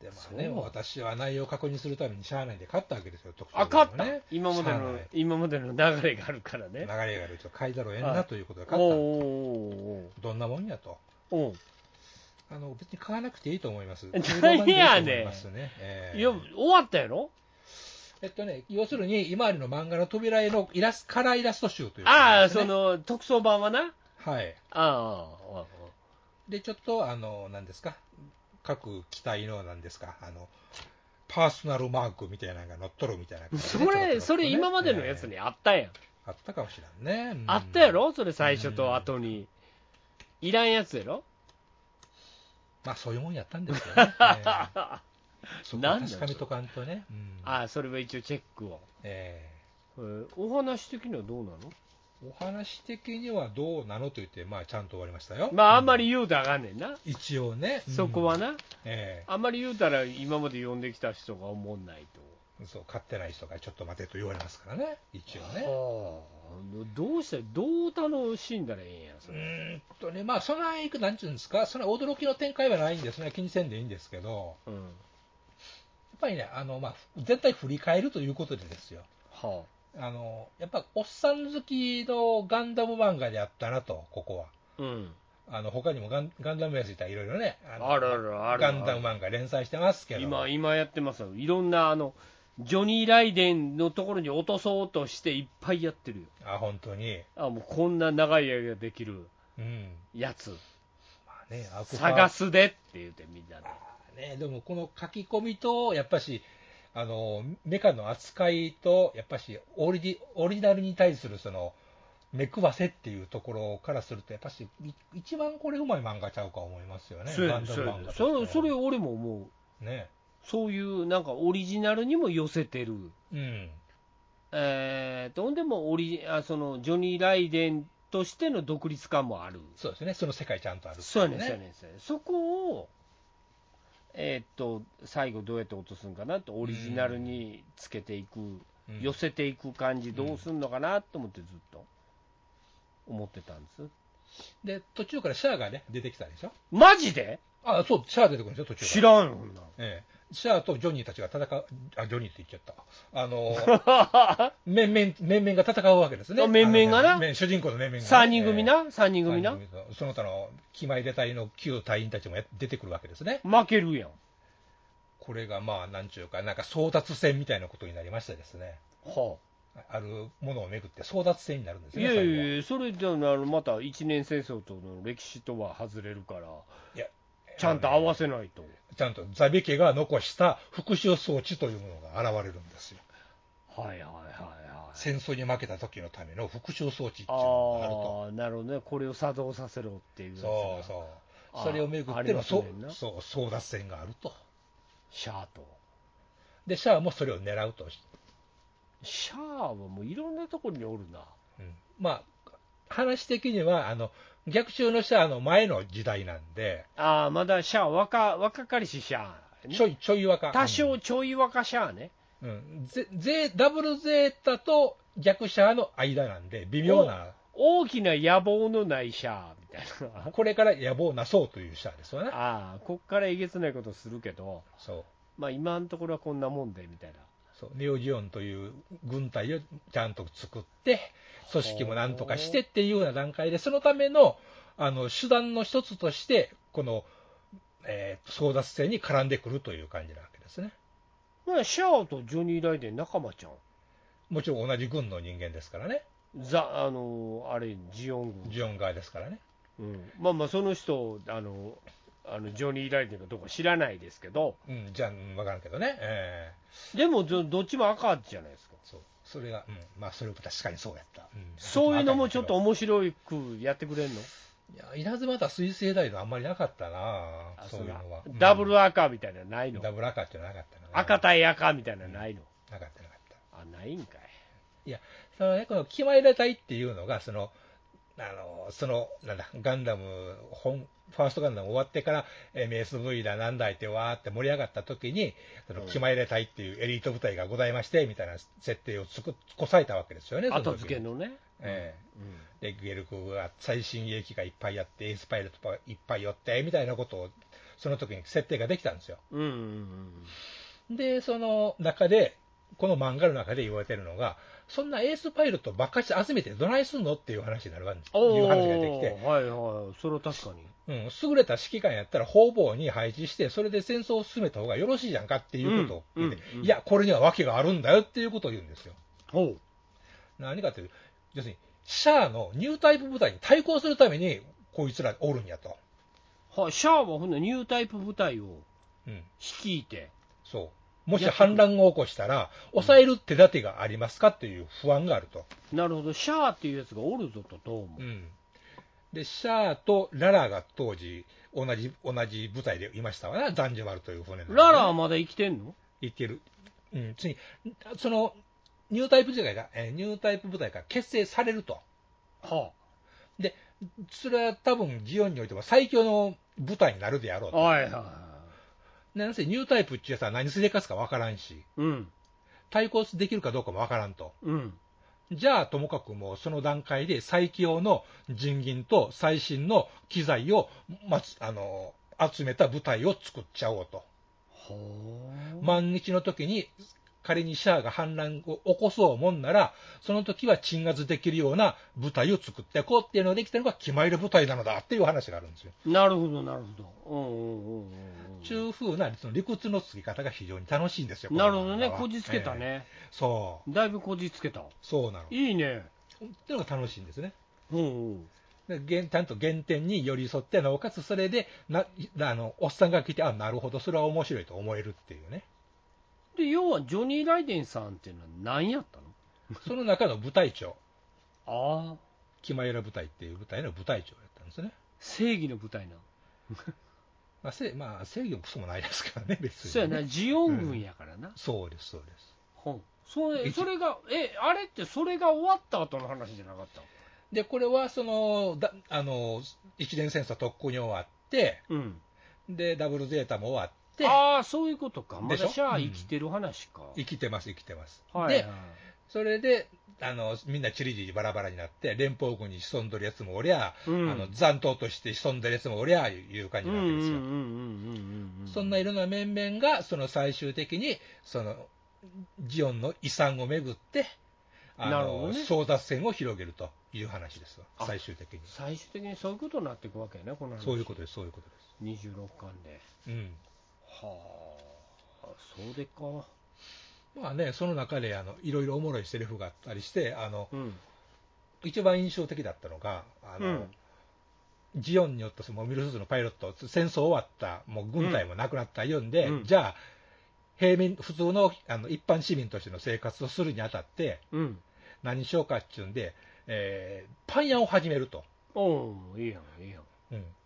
う。で、まあね、
そう
私は内容を確認するために社内で買ったわけですよ、特
ー、あ勝った、
ね。
今まで
しゃあ
の
ない
今までの流れがあるから
流れ
ね
があると買いざるを得ん
は
ないということで
お
買
う
った。
おう
どんなもんやと。
おうおう
あの、別に買わなくていいと思います。
何やねん
通常版でいいと思いますね。え
うん
え
いや終わったやろ
えっとね、要するに、今までの漫画の扉へのイラスカラーイラスト集という、
ああそ。の特装版はな
はい。
ああああ
で、ちょっと、あの、何ですか、各機体の、何ですか、あの、パーソナルマークみたいなのが乗っとるみたいな
ああ
感じで、
そ
ちょろちょろっと
れ
ね
それ今までのやつ
え
にあったやん
えあったかもしれんね。うん
あったやろそれ最初と後にいらんやつやろ
まあ、そういうもんやったんですよ ね。ええそこ
な
は
んだ
確かめとかんとね。うん
ああそれは一応チェックを
え
えーお話的にはどうなの
えお話的にはどうなのと言って、まあ、ちゃんと終わりましたよ。
まああんまり言うたらあかんねんな、
一応ね。うん
そこは。な、
え
あんまり言うたら今まで読んできた人が思んないと。
えそう、買ってない人がちょっと待てと言われますからね。一応
あ
ね。
あどうしてどう楽しんだらええんやそうれ、
ーんとね、まあ、そんなにいく、なんていうんですか、そんな驚きの展開はないんですね、気にせんでいいんですけど、
うん
やっぱりね、あのまあ、絶対振り返るということでですよ、
は
あのやっぱおっさん好きのガンダム漫画であったなと、ここは。
あ、うん、
あの他にもガンガンダムやついたらいろいろね、あの
あるあるある
ガンダム漫画連載してますけど、
今今やってますよいろんなあのジョニー・ライデンのところに落とそうとしていっぱいやってるよ
あ本当に、
あもうこんな長い間できる
うん
やつ
まあね、アクファ
探すでって言うてみんなで
ね、でもこの書き込みと、やっぱし、あのメカの扱いと、やっぱしオリジ、オリジナルに対するその、目くわせっていうところからすると、やっぱし、い一番これ、うまい漫画ちゃうか思いますよね、
そう
ガ
や
ン
ね
ダ
そ
ム
うや
漫
ね
画
そ
と
れそれ俺も思う
ね、
そういうなんかオリジナルにも寄せてる、
うん、
えー、とほんでもオリあそのジョニー・ライデンとしての独立感もある、
そうですね、その世界ちゃんとある
そうやねんそうやねんそうやねんそこを、えーっと最後、どうやって落とすんかなと、オリジナルにつけていく、
うん
寄せていく感じ、どうすんのかなと思って、ずっと思ってたんです。
で、途中からシャアがね、出てきたでしょ、
マジで
あそう、シャア出てくるんですよ、途中から。
知らんよ、そんな
ええ、シャアとジョニーたちが戦う、あジョニーって言っちゃった、あの 面々面々が戦うわけですね、
あ面々がな
あのね面主人公の面々がね、
3人組
え
な、3
え、
人組な
三、人組とその他の気前入れ隊の旧隊員たちもや出てくるわけですね、
負けるやん。
これがまあ、なんちゅうか、なんか争奪戦みたいなことになりましてですね、
は
ああるものをめぐって争奪戦になるんです
あ、い
ね、
や
最後
い
は
やいや、それじゃああのまた一年戦争との歴史とは外れるから、
いや
ちゃんと合わせないと。
ちゃんとザビ家が残した復讐装置というものが現れるんですよ。
はいはいはいはい。
戦争に負けた時のための復讐装置っていうのがあると。
ああ、なるほどね、これを作動させろっていうやつが
そうそう。
あ
それをめぐっ
あ
て
り
の
ます
そ
ね
うそう争奪戦があると。
シャーと。
で、シャアもそれを狙うと。
シャアはもういろんなところにおるな。
うんまあ、話的には、あの、逆襲のシャアの前の時代なんで、
ああ、まだシャア、若若かりしシャア、ね
ちょい、ちょい若。
多少ちょい若シャアね。
うん、うんゼゼダブルゼータと逆シャアの間なんで、微妙な、
大きな野望のないシャアみたいな。
これから野望なそうというシャアですよね。
ああ、こっからえげつないことするけど、
そう。
まあ今のところはこんなもんでみたいな。
そうネオジオンという軍隊をちゃんと作って、組織もなんとかしてっていうような段階で、そのためのあの手段の一つとして、この、えー争奪戦に絡んでくるという感じなわけですね。
まあ、シャアとジョニー・ライデン仲間ちゃん。
もちろん同じ軍の人間ですからね、
ザ、あの、あれ、ジオン軍。
ジオン側ですからね。
うん、まあまあ、その人、あの、あのジョニー・ライデンのとこ知らないですけど、
うん、じゃあ、うんわからんけどね。え
でもど、どっちも赤じゃないですか。
ーそう。それが、うん、まあ、それも確かにそうやった。うん
そういうのもちょっと面白くやってくれんの
いや、稲妻とは水星代のあんまりなかったな
あ
そういうのは
そ。んなダブ
赤、
ル赤みたいなのないの
ダブル赤っていうのはなかったな。
赤対赤みたいなのないの
なかった、なかった。
あ、ないんかい。
そのね、この気前入れ隊っていうのが、その、あのそのなんだガンダム本ファーストガンダム終わってから MSV だなんだいってわーって盛り上がった時にその
うん
気ま入れ隊っていうエリート部隊がございましてみたいな設定をつくこさえたわけですよねその時
後付けのね。
ええ
うん
でゲルクが最新鋭機がいっぱいやってエースパイロットがいっぱい寄ってみたいなことをその時に設定ができたんですよ
うんうん
でその中でこの漫画の中で言われてるのがそんなエースパイロットばっかし集めてどないすんのっていう話になるわけです
うん、
いう話ができて
おーはいはい、それは確かに。
うん、優れた指揮官やったら方々に配置して、それで戦争を進めた方がよろしいじゃんかっていうことを言って、
うんうん
いや、これには訳があるんだよっていうことを言うんですよ。
ほ
何かというと、要するに、シャアのニュータイプ部隊に対抗するために、こいつらおるんやと。
う。はシャアはほんのニュータイプ部隊を
うん、
率いて、
そう。もし反乱を起こしたら、抑える手立てがありますかっていう不安があると。
なるほど、シャアっていうやつがおるぞと、どうも
う。ん。で、シャアとララが当時、同じ、同じ部隊でいましたわな、ザンジュバルという船の、
ララはまだ生きてんの
いける。うん、ついに、その、ニュータイプ部隊が、えーニュータイプ部隊が結成されると。
は
それは多分、ジオンにおいては最強の部隊になるであろう
あ、
と。
はいはいは
なんせニュータイプってやつは何すれかすかわからんし、
い。うん、
対抗できるかどうかもわからんと。
うん。
じゃあ、ともかくもうその段階で最強の人員と最新の機材を、まつ、あの、集めた部隊を作っちゃおうと。
ほう。
万日の時に仮にシャアが反乱を起こそうもんならその時は鎮圧できるような部隊を作っていこうっていうのができたのが決まる部隊なのだっていう話があるんですよ。
なるほど、なるほど。うんうんうんうんうん。
ちゅうふうなその理屈のつき方が非常に楽しいんですよ。
なるほど
の漫
ね、
画は
こじつけた。
ええ
ね。
そう。
だいぶこじつけた。
そうなの。って
いいね。
いうのが楽しいんですね。
うんうん。
で原ちゃんと原点に寄り添って、なおかつそれでなあの、おっさんが聞いて、あ、なるほど、それは面白いと思えるっていう ね。
で、要はジョニー・ライデンさんっていうのは何やったの
その中の部隊長、
ああ、
キマイラ部隊っていう部隊の部隊長だったんですね。
正義の舞台なの。
まあ、せまあ、制御もクソもないですからね、別に、
そうやな、ジオン軍やからな。
そうです、そうです。
ほんそれそれが、え、あれってそれが終わった後の話じゃなかった
で、これはそのだあの一連戦争はとっくに終わって、
うん。
で、ダブルゼータも終わって、
ああ、そういうことか。ま
でしょ
だシャア生きてる話か。
生きてます、生きてます。
はいはい
で、それであのみんなチリチリバラバラになって、連邦軍に潜んどるやつもおりゃ、
うん
あの残党として潜んでるやつもおりゃいう感
う
じ
ん
な
うん
わ
う
け
ん
ですよ。
うんうんうん。
そんないろんな面々が、その最終的に、その、ジオンの遺産をめぐって、あ
なるほ
の、
どね
争奪戦を広げるという話ですわ
あ
最終的に。
最終的にそういうことになっていくわけやね、この話。
そういうことです、そういうことで
26巻で。
す。うん。
はあ、そうでか。
まあね、その中で、あの、いろいろおもろいセリフがあったりして、あの、
うん。
一番印象的だったのが、あの、
うん
ジオンによってそのミルスーツのパイロット、戦争終わった、もう軍隊もなくなったようんで、
うん
じゃあ、平民、普通のあの一般市民としての生活をするにあたって、
うん。
何しようかっちゅうんで、えーパン屋を始めると、
おういいやん、いいやん。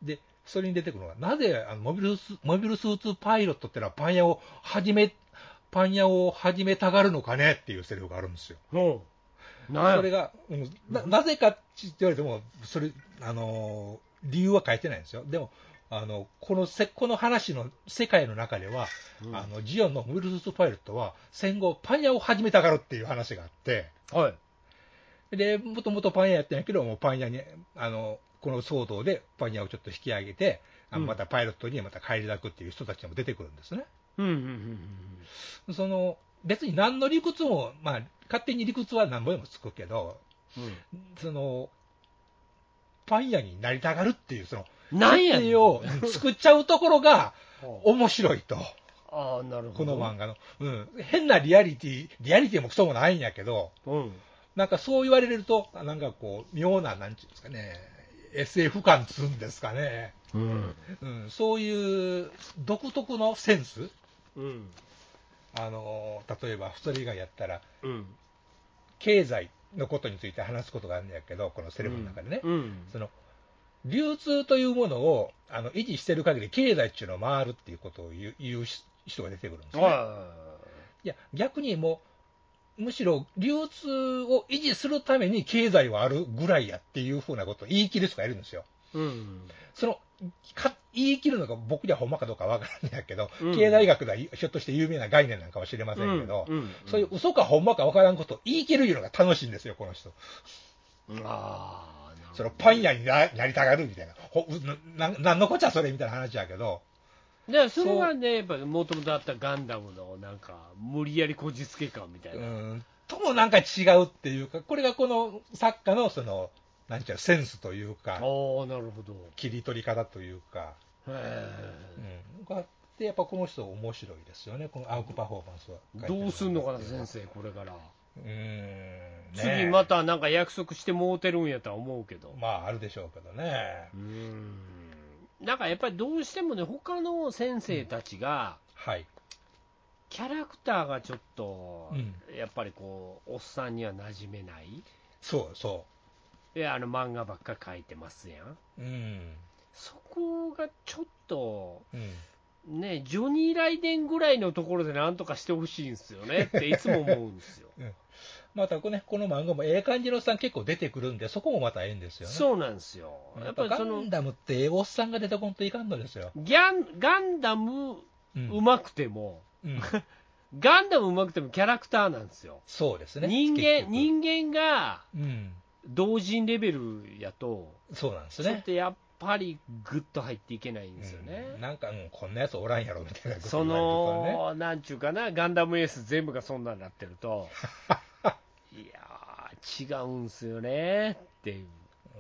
でそれに出てくるのが、なぜあのモビルスモビルスーツパイロットってのはパン屋を始めパン屋を始めたがるのかねっていうセリフがあるんですよ。
おうなんや
それが、うんななぜかって言われても、それ、あのー理由は書いてないんですよ。でも、あの、このせ、この話の世界の中では、
うん
あの、ジオンのモビルスーツパイロットは、戦後、パン屋を始めたがるっていう話があって、
はい。
で、もともとパン屋やってんやけど、もうパン屋に、あの、この騒動でパン屋をちょっと引き上げて、あ
うん
またパイロットにまた返り咲くっていう人たちも出てくるんですね。
うんうんうんうん。
その、別に何の理屈も、まあ、勝手に理屈は何ぼでもつくけど、その、パン屋になりたがるっていう、その、
なんや
設
ね
定
ん
を作っちゃうところが
は
面白いと。
ああー、なるほ
こ
ど。
の漫画の。うん。変なリアリティ、リアリティもクソもないんやけど、
うん。
なんかそう言われると、なんかこう、妙な、なんていうんですかね、SF 感つうんですかね、
うん。
うん、そういう独特のセンス、
うん。
あの例えば、それ以外やったら、
うん。
経済のことについて話すことがあるんだけど、このセレブの中でね、
うん。
その流通というものをあの維持してる限り、経済っていうのは回るっていうことを言う言う人が出てくるんですよ、ね。
はい
や、逆にもう、むしろ流通を維持するために経済はあるぐらいやっていうふうなことを言い切る人がいるんですよ。
うん。
そのか言い切るのが僕にはほんまかどうかわからないけど、
うん
経済学がひょっとして有名な概念なんかもしれませんけど、
うんうん
そういう嘘かほんまかわからんことを言い切るいうのが楽しいんですよ、この人。
ああ、なるほど
そのパン屋にななりたがるみたいな、ほなななんのこっちゃそれみたいな話やけど、
だからそれはね、やっぱもともとあったガンダムのなんか、無理やりこじつけ感みたいうな、
ん、ともなんか違うっていうか、これがこの作家のその、なんちゃう、センスという
ああな
か、
るほど、
切り取り方というか、
へ
うん、があって、やっぱこの人、面白いですよね、このアークパフォーマンスは。
えどうすんのかな、先生、これから、
うん、ね
次またなんか約束してもうてるんやとは思うけど、
まああるでしょうけどね
う、ん、なんかやっぱりどうしてもね、他の先生たちが、
はい、
キャラクターがちょっと
うん、
やっぱりこう、おっさんには馴染めない、
そうそ
であの漫画ばっか描いてますやん、
う、うん、
そこがちょっと。
うん、
ね、ジョニー・ライデンぐらいのところでなんとかしてほしいんですよねっていつも思うんです よ。
またこれね、この漫画もええ感じのおっさん結構出てくるんで、そこもまたええんですよね。
そうなんですよ。や
や
っ
っ
ぱ
ぱ
り
ガ
その
ンダムってええおっさんが出てこんといかんのですよ。
ギャンガンダム
うん
うまくても、
うん
ガンダムうまくてもキャラクターなんですよ。
そうですね。
人間
結局
人間が
うん。
同人レベルやと、
そうなんです
ちょっ
ね。
とやっぱりグッと入っていけないんですよね。
うんなんか、うん、こんなやつおらんやろみたいなこと
そ
言われるとね、
の、なんちゅうかな、ガンダムエース全部がそんなんなってると、 いやー、違うんすよねって いう。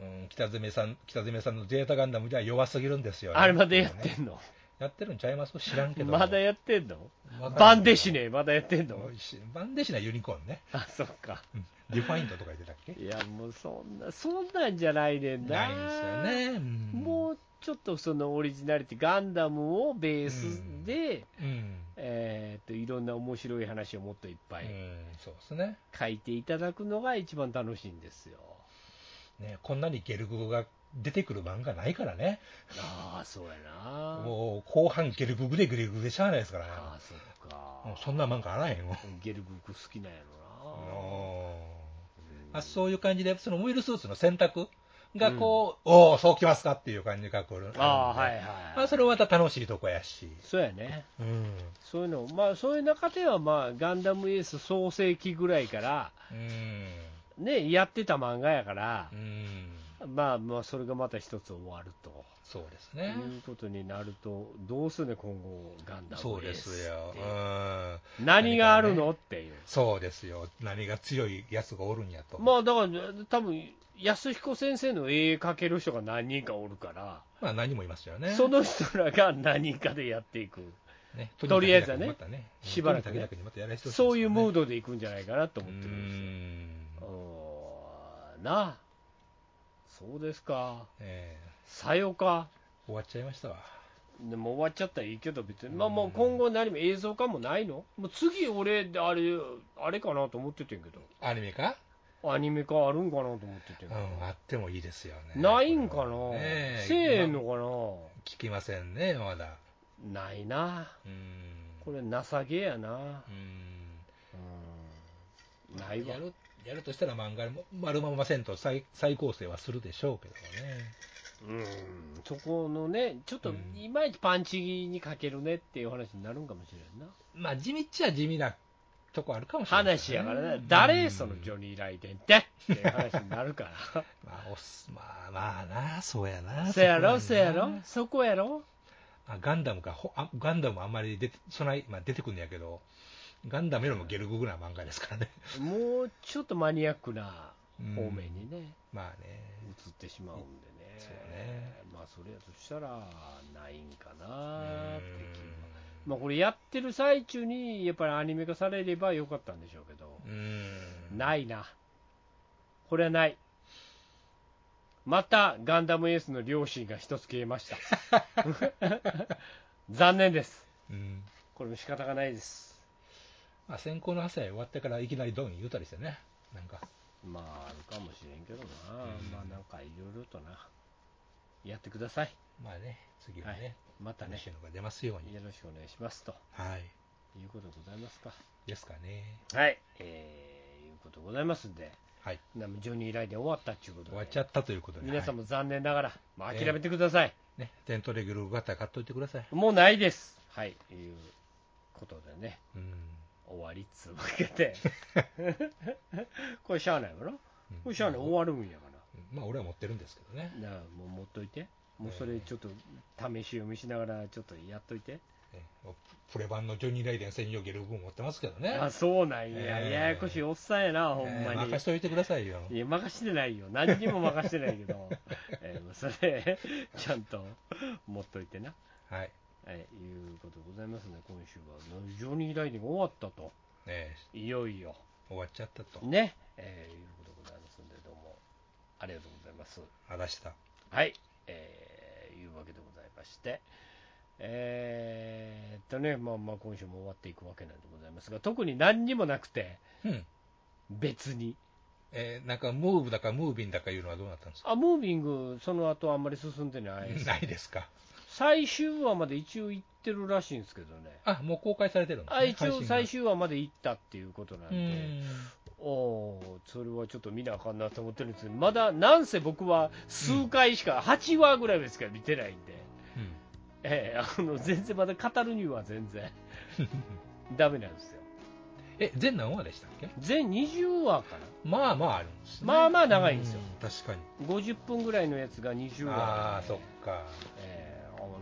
うん、北爪さん、北爪さんのゼータガンダムじゃ弱すぎるんですよ、
あれまだやって
ね
んの
やってるんちゃいます知らんけど。
まだやってんの
わかんない
バンデシネ、まだやってん の
バンデシナユニコーンね。
あ、そっか。
うんディファインドとか言ってたっけ
いや、もうそんな、そんなんじゃないねんな。
ないんですよね。うん、
もうちょっとそのオリジナリティ、ガンダムをベースで、
うん、うん。
えーっと、いろんな面白い話をもっといっぱい
そうですね。
書いていただくのが一番楽しいんですよ。
ね、こんなにゲルググが出てくる漫画ないからね。
ああ、そうやな。
もう後半ゲルググでグレググでしゃあないですからね。
ああ、そっか。
もうそんな漫画あらへんよ。
ゲルググ好きなんやろ
うんあそういう感じで、そのウイルスーツの選択がこう、おお、そうきますかっていう感じが来
な。
る。
ああー、はい
い。
はい。
まあ、それはまた楽しいとこやし。
そうやね。
うん。
そういうの、まあ、そういう中では、まあ、ガンダムエース創世記ぐらいから、
うん。
ね、やってた漫画やから
う、ん。
まあ、まあ、それがまた一つ終わると。
そうです
い
ね。
うことになると、どうするね、今後、ガンダム
そう
エー
です
ス
よ
っ。
う
て。
ん。
何がある
何か
の
ね
っていう。
そうですよ。何が強いやつがおるんやと。
まあ、だから、多分安彦先生の絵描ける人が何人かおるから、
まあ、何もいますよね。
その人らが何人かでやっていく、
ね、
とりあえずはね
またね、
しばらくね
とにかくまたやらせてほしですよね
そういうムードでいくんじゃないかなと
う
思ってるんですよ。あ
ん。
ーなあそうですか
え
さよか
ー終わっちゃいましたわ。
でも終わっちゃったらいいけど別にまあもう今後何も映像化もないのもう次俺あれあれかなと思っててんけ
アニメか
どアニメ化あるんかなと思っててんけ
う
ど、
ん、あってもいいですよね。
ないんかな、
これはね
せえへんの
ま
か
聞きませんね、まだ。
なないな
うん。
これ情けやな
うん。
ないわ
やる、やるとしたら漫画も丸まませんと再再構成はするでしょうけどね。
うんそこのねちょっと
うん
いまいちパンチに欠けるねっていう話になるんかもしれんな
まあ、地味っちゃ地味なとこあるかもしれない、
話やからね、誰そのジョ
ョ
ニー・ライデンってっていう話になるか
まあ、おっすまあ、まあな、そう
ら。
やな。
そやろ、
こ
そ
な
やろ、そこやろ。
あガンダムか、ほあガンダムはあんまり出てそない、まあ、出てくるんやけど、ガンダムよりもゲルググな漫画ですからね。
もうちょっとマニアックな方面にね、
まあね。
移ってしまうんでね。
そうね
まあ、それやとしたら、ないんかなって気は。まあ、これやってる最中に、やっぱりアニメ化されればよかったんでしょうけど、
うん。
ないな。これはない。また、ガンダムエースの両親が一つ消えま した。残念です。
うん。
これも仕方がないです。
まあ、先行の朝終わってからいきなりドン言うたりしてね。なんか、
まあ、あるかもしれんけどな。まあ、なんかいろいろとな。やってください。
まあね、次は
は
ね
い、。またね
楽し、いのが出ますように。
よろしくお願いしますと。
はい。
いうことでございますか。
ですかね。
はい、えー、いうことでございますんで、
はい。
なジョニー・ライで終わったっていうことで、
終わっちゃったということで。
皆さん
は
も残念ながら、まあ、諦めてください、
いね、テントレグルー型買っといてください。
もうないです。はい、いうことでね、
うん。
終わりっつうわけで、 これしゃあないわな、これしゃあない、終わるんやから。
まあ、俺は持ってるんですけどね。
なあもう持っといて、もうそれちょっと試し読みしながら、ちょっとやっといて、
えプレ版のジョニー・ライデン専用ゲルーブ持ってますけどね。
あそうなんや、
えー
ややこしいおっさんやな、ほんま
えー
に。
任しといてくださいよ。
いや、任してないよ、何にも任してないけ ど、えーそれ、ちゃんと持っといてな、
はい。
えーいうことでございますね、今週は、ジョニー・ライディング終わったと、
ね
いよいよ、
終わっちゃったと。
ね、えーいうことでございますんで、どうもありがとうございます。
あらした。
はい、えーいうわけでございまして、えーっとね、まあまあ今週も終わっていくわけなんでございますが、特に何にもなくて、
うん。
別に。
えーなんか、ムーブだか、ムービンだかいうのはどうなったんですか
あ、ムービング、その後あんまり進んでないです。
ないですか。
最終話まで一応行ってるらしいんですけどね。
あ、もう公開されてるんです、
あ
ね、
一応
配
最
信
終話まで行ったっていうことなん
が。う
で、
ん。
おーそれはちょっと見なあかんなと思ってるんですけど、まだなんせ僕は数回しか、8話ぐらいですから見てないんで、
うん
ええあの全然まだ語るには全 然ダメなんですよ
え、全何話でしたっけ
全20話か
まあまああるんですね。
まあまあ長いんですよ
う確かに。
な50分ぐらいのやつが20話
ああ、そっ
か、
か。
ええあの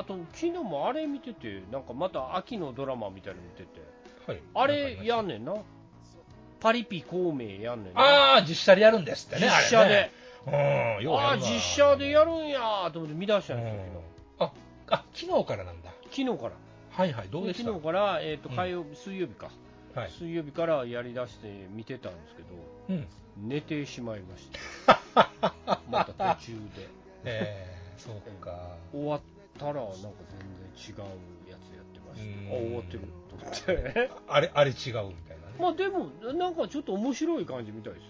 あと昨日もあれ見ててなんかまた秋のドラマみたいなの見てて
はい。
あれやん
ね
ねんなパリピ孔明やんねんな
ああ、実写でやるんですってね、
実写で、
あれね。うん、よう
あ
や
あ
るわ
実写でやるんやーと思って見出したんですよ
あ、あ、昨日からなんだ。
昨日昨日から
はいはい、どうでした
昨日から、えー、と
うん
火曜日、水曜日か、
はい。
水曜日からやりだして見てたんですけど、
うん。
寝てしまいました また途中で
え ー、そうか。
終わったらなんか全然違うやつやってまし
うん
たあ終わってると思って
あれ、あれ違うみたいなね。
まあでもなんかちょっと面白い感じみたいです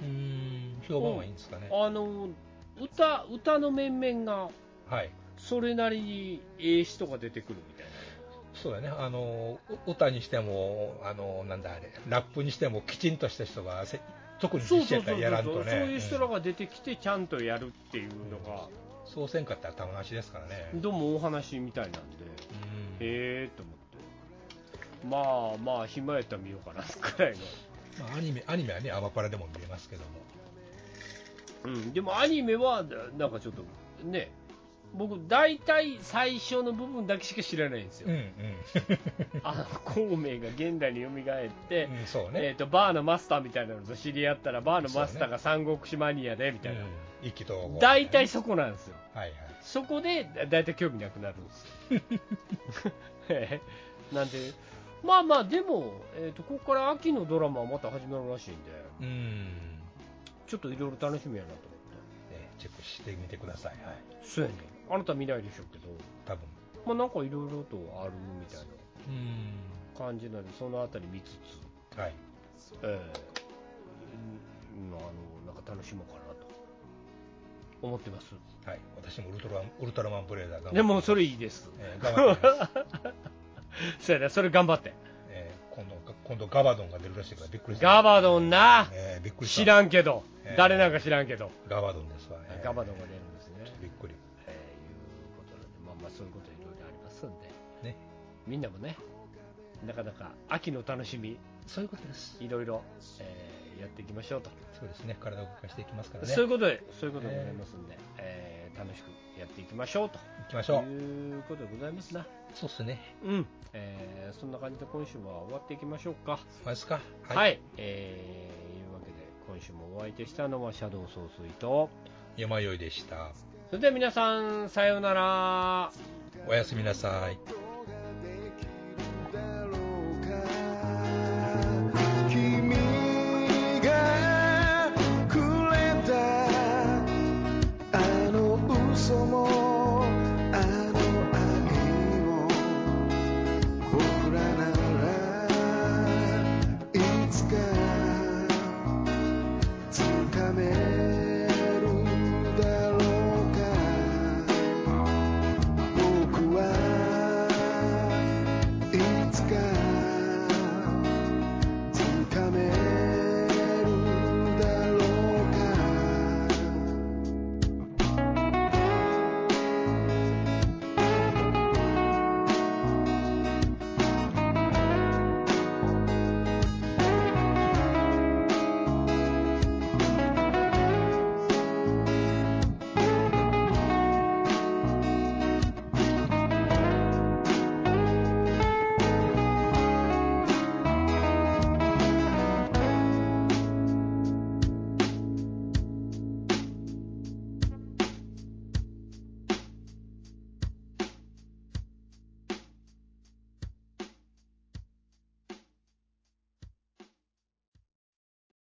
うーん、評判はいいんですかね。
よあの歌歌の面々が
はい。
それなりに英詞とか出てくるみたい
そうだね、あの、う歌にしても、あの、なんだあれ、ラップにしてもきちんとした人がせ、特に
なそう
実写
そ
や
う
った
そうそ
らや
うそ
らん
う
とね。
いう人ら
うん
が出てきてちゃんとやるっていうのが
そうせんかったら玉なしですからね。
どうもお話みたいなんで
うん
へえと思ってまあまあ暇やったら見ようかなくらいの
まあ、アニメアニメはね、アマパラでも見れますけども、
うん、でもアニメはななんかちょっとね僕大体最初の部分だけしか知らないんですよ、
うんうん、
あの孔明が現代に蘇って、
うん そう
え
ね、
ー、とバーのマスターみたいなのと知り合ったらバーのマスターが三国志マニアでみたいな、
うん意気投合、
大体そこなんですよ
はいはい、
そこでだ大体興味なくなるんですよ えーなんでまあまあでも、えー、とここから秋のドラマはまた始まるらしいんで
うん、
ちょっといろいろ楽しみやなと思
ねチェックしてみてください、はい、
ってそうやねあなた見ないでしょうけど
多分
まあ、なんかいろいろとあるみたいな
うん、
感じなので、そのあたり見つつ、
はい、
ええうんあのなんか楽しもうかなと思ってます。
はい、私もウルトラマンウルトラマンブレーダーが、
でも、それいいです。
えー、頑 張ってます、
そうやね、それ頑張って。
えー今度、今度ガバドンが出るらしいからびっくりした、
ガバドンな、
えーびっくりした
知らんけど
え、え
誰なんか知らんけど、
ガバドンですわ、えー
ガバドンが出るんですね。
びっくり、
ええいうことなんで、まあまあ、そういうこといろいろありますんで、
ね、
みんなもね、なかなか秋の楽しみ、
そういうことです、
いろいろ、ええやっていきましょうと。
そうですね、体を動かしていきますからね、
そういう
行
ことで、そういうことでございますんで、えー楽しくやっていきましょうと
きましょう、
いうことでございますな。
そうっすね、
うん。えーそんな感じで今週は終わっていきましょうか。
マジですか、
はい。えーいうわけで、今週もお相手したのはシャドウ総帥と、
山よいでした。
それでは皆さん、さようなら。
おやすみなさい。